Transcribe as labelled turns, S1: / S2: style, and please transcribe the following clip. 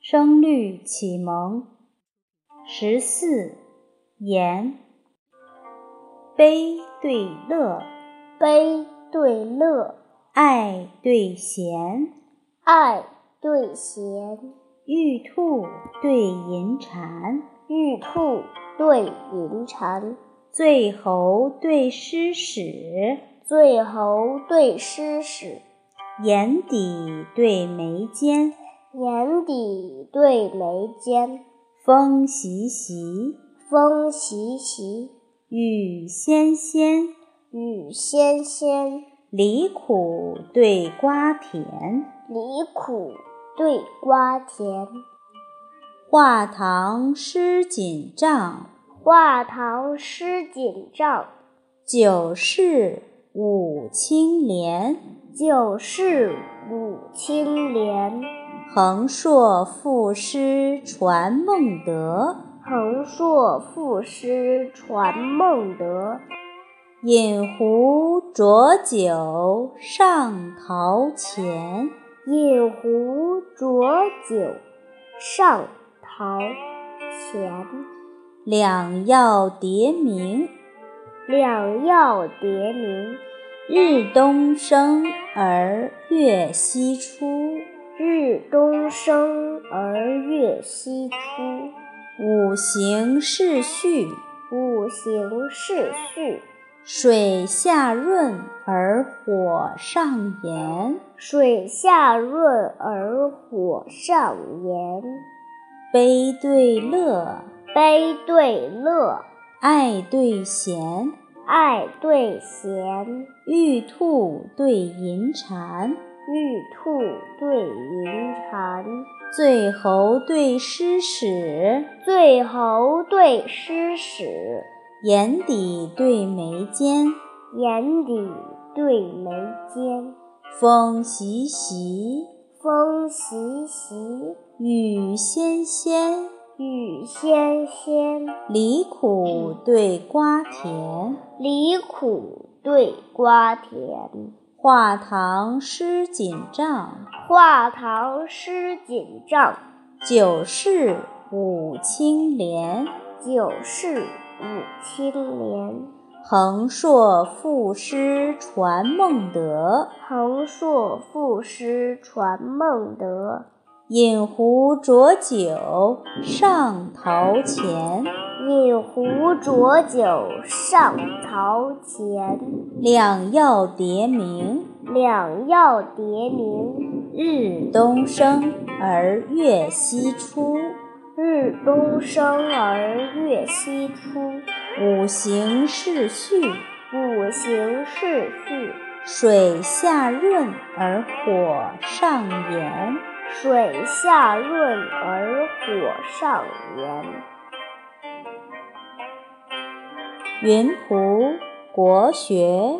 S1: 声律启蒙十四言，悲对乐，
S2: 悲对乐，
S1: 爱对闲，
S2: 爱对闲，
S1: 玉兔对银蟾，
S2: 玉兔对银蟾，
S1: 醉猴对诗史，
S2: 醉猴对诗史，
S1: 眼底对眉间，
S2: 眼底对眉间，
S1: 风习习，
S2: 风习习，
S1: 雨纤纤，
S2: 雨纤纤，
S1: 梨苦对瓜甜，
S2: 梨苦对瓜甜，
S1: 画堂诗锦帐，
S2: 画堂诗锦帐，
S1: 酒市舞青莲，
S2: 酒市舞青莲。
S1: 横槊赋诗传孟德，
S2: 横槊赋诗传孟德。
S1: 饮壶浊酒上陶前，
S2: 饮壶浊酒上陶前。
S1: 两药叠名，
S2: 两药叠名。
S1: 日东升而月西出。
S2: 日东升而月西出，
S1: 五行是序；
S2: 五行是序，
S1: 水下润而火上炎，
S2: 水下润而火上炎。
S1: 悲对乐，
S2: 悲对乐，
S1: 爱对闲，
S2: 爱对闲，
S1: 玉兔对银蟾。
S2: 玉兔对银蟾，
S1: 醉猴对诗史，
S2: 醉猴对诗史，
S1: 眼底对眉间，
S2: 眼底对眉间。
S1: 风习习，
S2: 风习习，
S1: 雨纤纤，
S2: 雨纤纤，
S1: 梨苦对瓜甜，
S2: 梨苦对瓜甜。
S1: 画堂诗锦帐，
S2: 画堂诗锦帐；
S1: 酒市舞青莲，
S2: 酒市舞青莲。
S1: 横槊赋诗传孟德，
S2: 横槊赋诗传孟德。
S1: 饮壶浊酒上陶前，
S2: 饮壶浊酒上陶前。
S1: 两药叠名，
S2: 两药叠名。
S1: 日东升而月西出，
S2: 日东升而月西出。
S1: 五行是序，
S2: 五行是序，
S1: 水下润而火上炎。
S2: 水下润而火上炎。
S1: 云浦国学。